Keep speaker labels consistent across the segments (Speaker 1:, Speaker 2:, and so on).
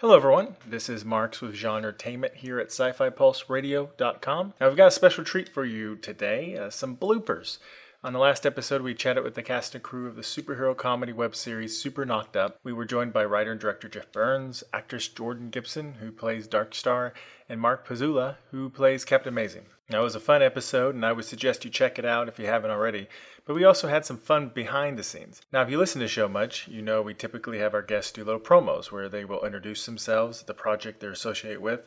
Speaker 1: Hello, everyone. This is Marks with Genre Genretainment here at SciFiPulseRadio.com. Now, we've got a special treat for you today: uh, some bloopers. On the last episode, we chatted with the cast and crew of the superhero comedy web series Super Knocked Up. We were joined by writer and director Jeff Burns, actress Jordan Gibson, who plays Dark Star, and Mark Pizzula, who plays Captain Amazing. Now, it was a fun episode, and I would suggest you check it out if you haven't already, but we also had some fun behind the scenes. Now, if you listen to the show much, you know we typically have our guests do little promos where they will introduce themselves, the project they're associated with,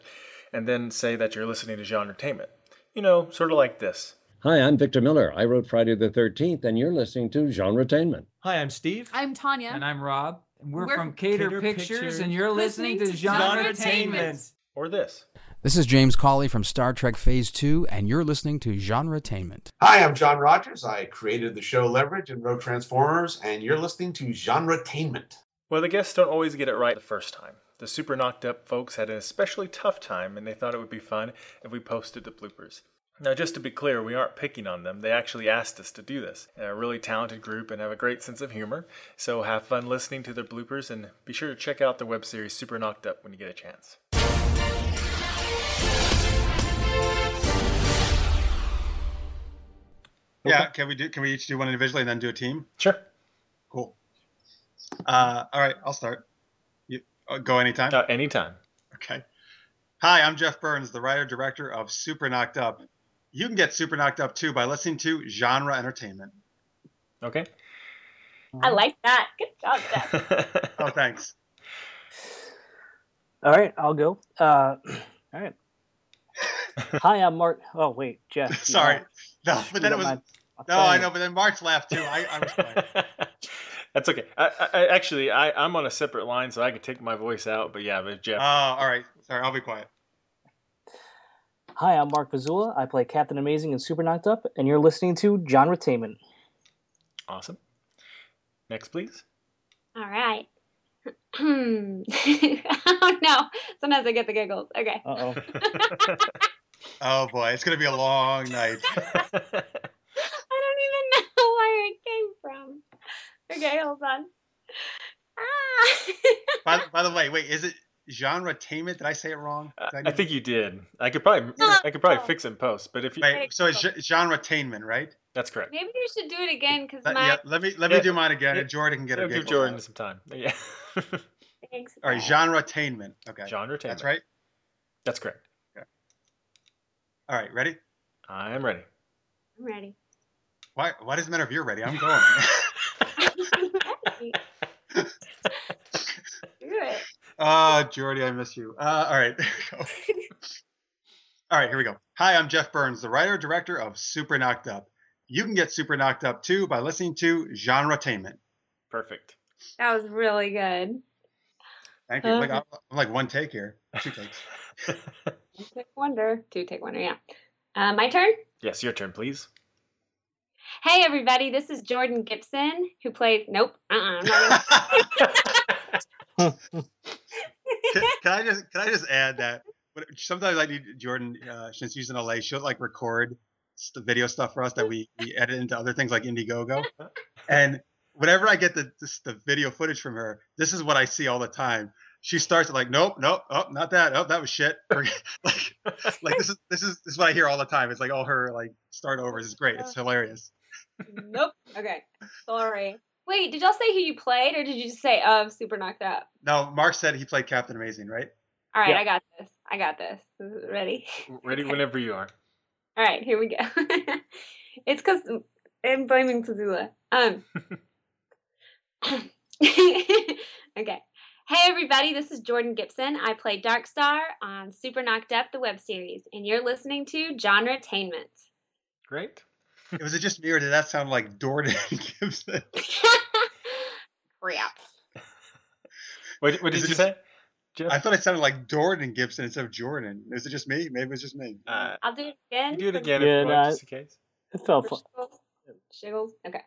Speaker 1: and then say that you're listening to Genre Entertainment. You know, sort of like this.
Speaker 2: Hi, I'm Victor Miller. I wrote Friday the 13th, and you're listening to Genre Genretainment.
Speaker 3: Hi, I'm Steve.
Speaker 4: I'm Tanya.
Speaker 5: And I'm Rob. And we're, we're from Cater, Cater Pictures, Pictures, and you're listening, listening to Genretainment.
Speaker 1: Or this.
Speaker 6: This is James Cawley from Star Trek Phase 2, and you're listening to Genretainment.
Speaker 7: Hi, I'm John Rogers. I created the show Leverage and wrote Transformers, and you're listening to Genretainment.
Speaker 1: Well, the guests don't always get it right the first time. The super knocked up folks had an especially tough time, and they thought it would be fun if we posted the bloopers. Now, just to be clear, we aren't picking on them. They actually asked us to do this. They're a really talented group and have a great sense of humor. So have fun listening to their bloopers and be sure to check out the web series Super Knocked Up when you get a chance.
Speaker 8: Yeah, can we do? Can we each do one individually and then do a team?
Speaker 1: Sure.
Speaker 8: Cool. Uh, all right, I'll start. You uh, go anytime.
Speaker 1: Uh, anytime.
Speaker 8: Okay. Hi, I'm Jeff Burns, the writer director of Super Knocked Up, you can get super knocked up too by listening to genre entertainment.
Speaker 1: Okay.
Speaker 4: I like that. Good job, Jeff.
Speaker 8: oh, thanks.
Speaker 9: All right, I'll go. Uh, all right. Hi, I'm Mark. Oh wait, Jeff.
Speaker 8: Sorry. No, no but then it was. No, I know, but then Mark's laughed too. I, I was like.
Speaker 1: That's okay. I, I, actually, I, I'm on a separate line, so I could take my voice out. But yeah, but Jeff.
Speaker 8: Oh, all right. Sorry, I'll be quiet.
Speaker 9: Hi, I'm Mark Pizzula. I play Captain Amazing in Super Knocked Up, and you're listening to John Retainment.
Speaker 1: Awesome. Next, please.
Speaker 4: All right. oh no! Sometimes I get the giggles. Okay.
Speaker 9: oh.
Speaker 8: oh boy, it's gonna be a long night.
Speaker 4: I don't even know where it came from. Okay, hold on.
Speaker 8: Ah. by, by the way, wait, is it genre attainment. Did I say it wrong?
Speaker 1: Uh, I, I, think you did. I could probably no, I could probably no. fix in post, but if you
Speaker 8: Wait, so it's genre attainment, right?
Speaker 1: That's correct.
Speaker 4: Maybe you should do it again because
Speaker 8: let,
Speaker 4: my
Speaker 8: Uh, yeah, let me let me yeah. do mine again, and Jordan can get
Speaker 1: It'll
Speaker 8: a
Speaker 1: give Jordan out. some time. Yeah.
Speaker 4: Thanks.
Speaker 8: All right, genre attainment. Okay.
Speaker 1: Genre attainment.
Speaker 8: That's right.
Speaker 1: That's correct.
Speaker 8: Okay. All right, ready?
Speaker 1: I'm ready.
Speaker 4: I'm ready.
Speaker 8: Why? Why does it matter if you're ready? I'm going.
Speaker 4: do it.
Speaker 8: Ah, uh, Jordy, I miss you. Uh, all right. all right, here we go. Hi, I'm Jeff Burns, the writer director of Super Knocked Up. You can get Super Knocked Up too by listening to Genre Genretainment.
Speaker 1: Perfect.
Speaker 4: That was really good.
Speaker 8: Thank you. Um, like, I'm, I'm like one take here. Two takes.
Speaker 4: one take wonder. Two take wonder, yeah. Uh, my turn?
Speaker 1: Yes, your turn, please.
Speaker 4: Hey, everybody. This is Jordan Gibson, who plays. Nope. Uh-uh,
Speaker 8: can, can, I just can I just add that sometimes I need Jordan uh, since she's in LA, she'll like record the video stuff for us that we we edit into other things like Indiegogo, and whenever I get the this, the video footage from her, this is what I see all the time. She starts like, nope, nope, oh, not that, oh, that was shit. like, like this is this is this is what I hear all the time. It's like all her like start overs is great. It's hilarious.
Speaker 4: nope. Okay. Sorry. Wait, did y'all say who you played, or did you just say of oh, Super Knocked Up?
Speaker 8: No, Mark said he played Captain Amazing, right?
Speaker 4: All right, yeah. I got this. I got this. Ready?
Speaker 1: Ready okay. whenever you are.
Speaker 4: All right, here we go. it's because I'm blaming Pazula. Um. okay. Hey everybody, this is Jordan Gibson. I play Dark Star on Super Knocked Up, the web series, and you're listening to Genre Attainment.
Speaker 1: Great
Speaker 8: was it just me or did that sound like Jordan Gibson?
Speaker 4: Crap.
Speaker 1: What, what did you just, say?
Speaker 8: Jeff? I thought it sounded like Jordan Gibson instead of Jordan. Is it just me? Maybe it was just me.
Speaker 4: Uh, I'll do it again.
Speaker 1: do it again, yeah, no, just in case.
Speaker 9: It felt fun.
Speaker 4: Shiggles. Okay.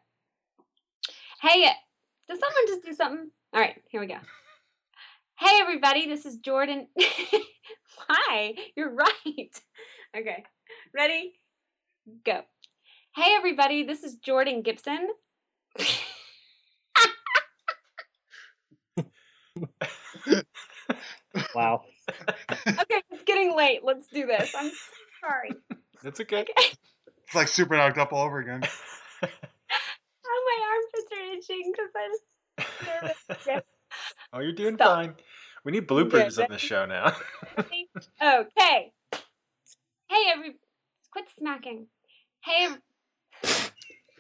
Speaker 4: Hey, does someone just do something? All right, here we go. Hey, everybody, this is Jordan. Hi, you're right. Okay, ready? Go. Hey, everybody. This is Jordan Gibson.
Speaker 9: Wow.
Speaker 4: Okay, it's getting late. Let's do this. I'm sorry.
Speaker 1: That's okay.
Speaker 8: It's like super knocked up all over again.
Speaker 4: Oh, my arms are itching because I just.
Speaker 1: oh, you're doing
Speaker 4: Stop.
Speaker 1: fine. We need bloopers
Speaker 4: Yeah,
Speaker 1: on the show now.
Speaker 4: Okay. Hey, every. Quit smacking. Hey, ev-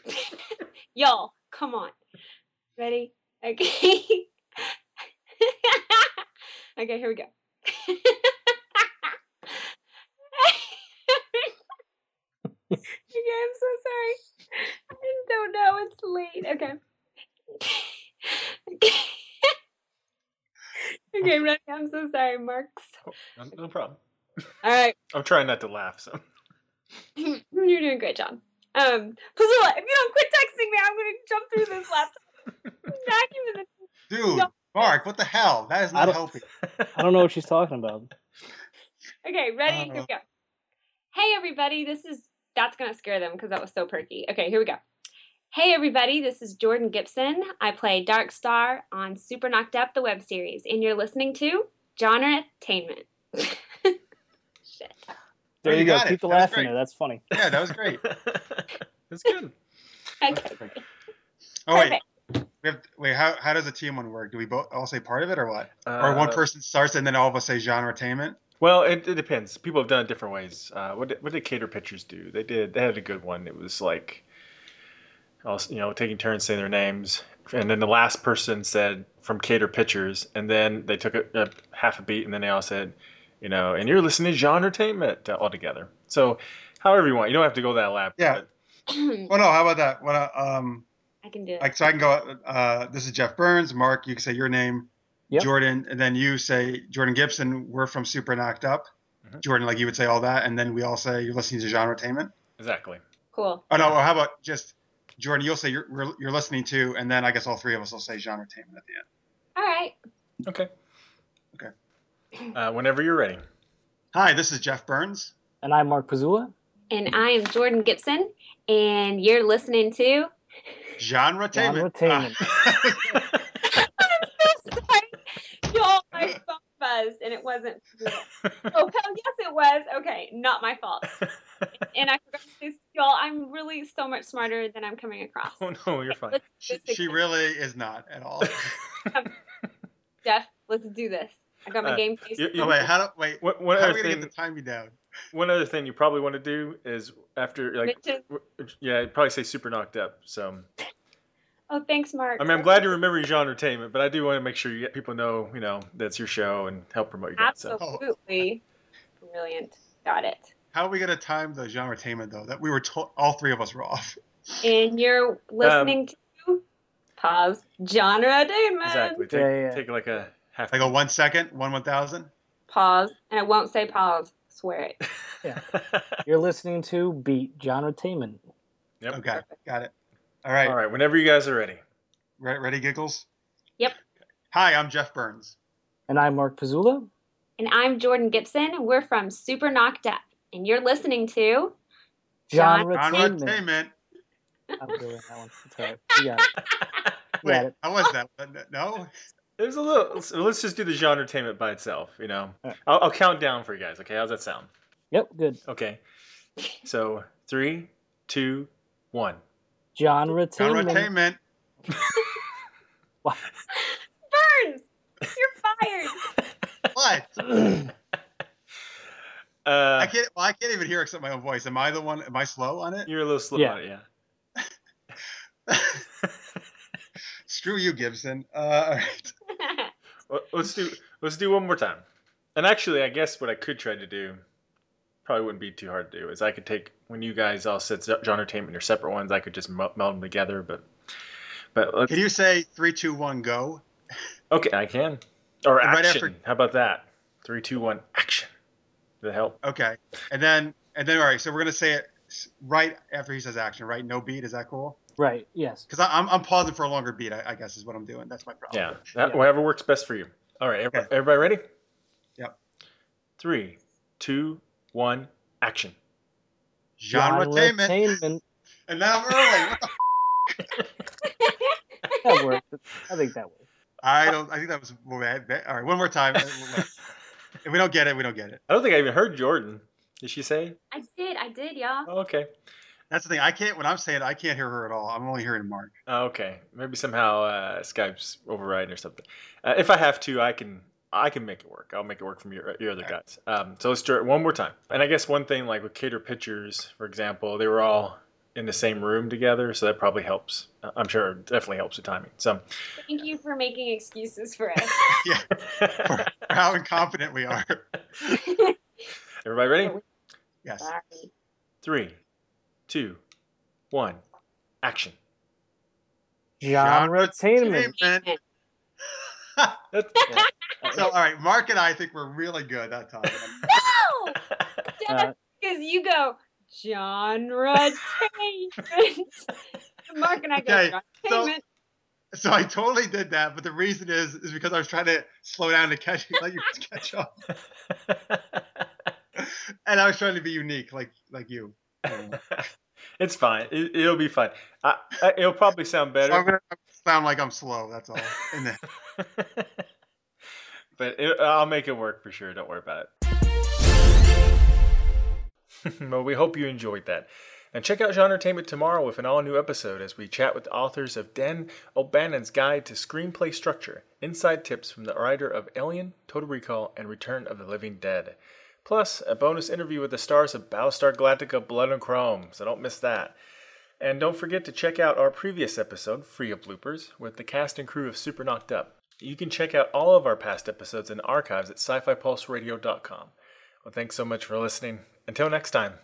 Speaker 4: y'all. Come on. Ready? Okay. okay. Here we go. okay, I'm so sorry. I don't know. It's late. Okay. okay, ready? I'm so sorry, Marks.
Speaker 1: no, no problem.
Speaker 4: All right.
Speaker 1: I'm trying not to laugh. So.
Speaker 4: You're doing a great job. Um, Priscilla, if you don't quit texting me, I'm gonna jump through this laptop. Back into the
Speaker 8: Dude,
Speaker 4: No.
Speaker 8: Mark, what the hell? That is
Speaker 9: I
Speaker 8: not
Speaker 9: don't-
Speaker 8: helping.
Speaker 9: I don't know what she's talking about.
Speaker 4: Okay, ready? Here
Speaker 8: Uh-oh.
Speaker 4: we go. Hey, everybody. This is that's gonna scare them because that was so perky. Okay, here we go. Hey, everybody. This is Jordan Gibson. I play Dark Star on Super Knocked Up, the web series, and you're listening to Genre Attainment.
Speaker 9: There
Speaker 8: Oh,
Speaker 9: you,
Speaker 8: you
Speaker 9: go.
Speaker 8: got it.
Speaker 9: Keep the
Speaker 8: That was
Speaker 9: laugh in
Speaker 8: great.
Speaker 9: there. That's funny.
Speaker 8: Yeah, that was great.
Speaker 1: That's good.
Speaker 4: Okay.
Speaker 8: Oh wait,
Speaker 4: Perfect.
Speaker 8: we have, wait. How, how does a team one work? Do we both all say part of it or what? or one
Speaker 1: Uh,
Speaker 8: person starts and then all of us say genre attainment?
Speaker 1: Well, it, it depends. People have done it different ways. Uh, what did, what did Cater Pictures do? They did. They had a good one. It was like, also, you know, taking turns saying their names, and then the last person said from Cater Pictures, and then they took a, a half a beat, and then they all said, you know, and you're listening to Genre Entertainment uh, all together. So, however you want, you don't have to go that elaborate.
Speaker 8: Yeah. Well, no. How about that? What? uh, Um,
Speaker 4: I can do it.
Speaker 8: like so I can go. Uh, this is Jeff Burns. Mark, you can say your name.
Speaker 9: Yep.
Speaker 8: Jordan, and then you say Jordan Gibson. We're from Super Knocked Up.
Speaker 1: Mhm.
Speaker 8: Jordan, like you would say all that, and then we all say you're listening to genre attainment.
Speaker 1: Exactly.
Speaker 4: Cool.
Speaker 8: Oh no. Or how about just Jordan? You'll say you're we're- you're listening to, and then I guess all three of us will say genre attainment at the end.
Speaker 4: All right.
Speaker 1: Okay.
Speaker 8: Okay.
Speaker 1: Uh, whenever you're ready.
Speaker 8: Hi, this is Jeff Burns.
Speaker 9: And I'm Mark Pazula.
Speaker 4: And I am Jordan Gibson, and you're listening to
Speaker 8: Genre attainment.
Speaker 9: Genretainment.
Speaker 8: Uh,
Speaker 4: sorry. Y'all, my phone buzzed and it wasn't. real. Oh, hell yes, it was. Okay, not my fault. And I forgot to say, y'all, I'm really so much smarter than I'm coming across.
Speaker 1: oh no, you're fine.
Speaker 4: Let's do
Speaker 8: she,
Speaker 4: this
Speaker 8: she
Speaker 4: again.
Speaker 8: really is not at all.
Speaker 4: Jeff, let's do this. I got my
Speaker 1: Uh,
Speaker 4: game face.
Speaker 1: you- you-
Speaker 8: oh, wait, how do wait?
Speaker 1: One, one
Speaker 8: how are
Speaker 1: other
Speaker 8: we gonna
Speaker 1: thing.
Speaker 8: get the timing down?
Speaker 1: One other thing you probably want to do is after like
Speaker 4: Mention-
Speaker 1: w- yeah, I'd probably say super knocked up. So
Speaker 4: Oh, thanks, Mark.
Speaker 1: I mean, I'm glad you remember your genre entertainment, but I do want to make sure you get people know you know that's your show and help promote your guys. So
Speaker 4: Absolutely. Brilliant. Got it.
Speaker 8: How are we gonna time the genre attainment though? That we were to- all three of us were off.
Speaker 4: And you're listening to Pause Genre Attainment.
Speaker 1: Um, exactly, take,
Speaker 9: Yeah, yeah, yeah.
Speaker 1: take like a half.
Speaker 8: Like a one second, one one thousand.
Speaker 4: Pause. And I won't say pause. Swear it.
Speaker 8: Ah.
Speaker 9: You're listening to Beat Genretainment.
Speaker 1: Yep.
Speaker 8: Okay, got it. All right,
Speaker 1: All right, whenever you guys are ready.
Speaker 8: Re- ready giggles.
Speaker 4: Yep.
Speaker 8: Hi, I'm Jeff Burns.
Speaker 9: And I'm Mark Pazula.
Speaker 4: And I'm Jordan Gibson. and We're from Super Knocked Up. And you're listening to. Genre
Speaker 8: Genre
Speaker 9: Genretainment.
Speaker 8: attainment.
Speaker 9: I'm doing that one. It's all right. You got it. You got
Speaker 8: Wait,
Speaker 9: it.
Speaker 8: how was that? No.
Speaker 1: There's a little. so Let's just do the genre entertainment by itself. You know,
Speaker 9: Alright.
Speaker 1: I'll, I'll count down for you guys. Okay, how's that sound?
Speaker 9: Yep, good.
Speaker 1: Okay, so three, two, one.
Speaker 8: Genre
Speaker 9: Genretainment.
Speaker 8: attainment.
Speaker 4: Burns! You're fired!
Speaker 8: What? I
Speaker 1: Uh,
Speaker 8: can't. Well, I can't even hear except my own voice. Am I the one? Am I slow on it?
Speaker 1: you're a little slow
Speaker 9: Yeah.
Speaker 1: on it, yeah.
Speaker 8: Screw you, Gibson. Uh, all right.
Speaker 1: Well, Let's do let's do one more time. And actually, I guess what I could try to do probably wouldn't be too hard to do is I could take when you guys all said genre entertainment your separate ones, I could just mel- meld them together. But but let's,
Speaker 8: Can you say three, two, one, go?
Speaker 1: okay, I can or
Speaker 8: And right
Speaker 1: action.
Speaker 8: after-
Speaker 1: How about that? Three, two, one, action. Did that help?
Speaker 8: Okay, and then and then all right. So we're gonna say it s- right after he says action. Right, no beat. Is that cool?
Speaker 9: Right, yes.
Speaker 8: Because I'm I'm pausing for a longer beat. I, I guess is what I'm doing. That's my problem.
Speaker 1: Yeah, that,
Speaker 9: Yeah.
Speaker 1: whatever works best for you. All right, everybody, everybody ready?
Speaker 8: Yep.
Speaker 1: Three, two, one, action.
Speaker 8: Genretainment.
Speaker 9: Genretainment.
Speaker 8: And now I'm early. What the
Speaker 9: That worked. I think that worked.
Speaker 8: I don't. I think that was well, that- that- all right. One more time. if we don't get it, we don't get it.
Speaker 1: I don't think I even heard Jordan. Did she say?
Speaker 4: I did, I did, y'all.
Speaker 1: Oh, okay.
Speaker 8: That's the thing. I can't. When I'm saying, it, I can't hear her at all. I'm only hearing Mark.
Speaker 1: Oh, okay. Maybe somehow uh, Skype's overriding or something. Uh, if I have to, I can I can make it work. I'll make it work from your your other guys. Um, so let's do it one more time. And I guess one thing like with cater pictures, for example, they were all in the same room together, so that probably helps. Uh, I'm sure it definitely helps the timing. So
Speaker 4: Thank you for making excuses for us.
Speaker 8: How incompetent we are.
Speaker 1: everybody ready?
Speaker 8: Yes.
Speaker 4: Sorry.
Speaker 1: Three, two, one, action.
Speaker 9: Genretainment.
Speaker 8: Genretainment.
Speaker 1: That's,
Speaker 8: So all right, Mark and I think we're really good that time.
Speaker 4: No!
Speaker 9: Uh,
Speaker 4: Because you go, genre tainment. Mark and I go,
Speaker 8: Okay,
Speaker 4: genre
Speaker 8: so-
Speaker 4: tainment.
Speaker 8: So I totally did that, but the reason is is because I was trying to slow down to catch let you guys catch up, and I was trying to be unique, like like you. So
Speaker 1: it's fine. It, it'll be fine. I, I, it'll probably sound better.
Speaker 8: I'm gonna I sound like I'm slow. That's all. And then,
Speaker 1: but it, I'll make it work for sure. Don't worry about it. well, we hope you enjoyed that. And check out Genre Entertainment tomorrow with an all new episode as we chat with the authors of Dan O'Bannon's Guide to Screenplay Structure, inside tips from the writer of Alien, Total Recall, and Return of the Living Dead. Plus, a bonus interview with the stars of Battlestar Galactica Blood and Chrome, so don't miss that. And don't forget to check out our previous episode, Free of Bloopers, with the cast and crew of Super Knocked Up. You can check out all of our past episodes and archives at sci fi pulseradio.com. Well, thanks so much for listening. Until next time.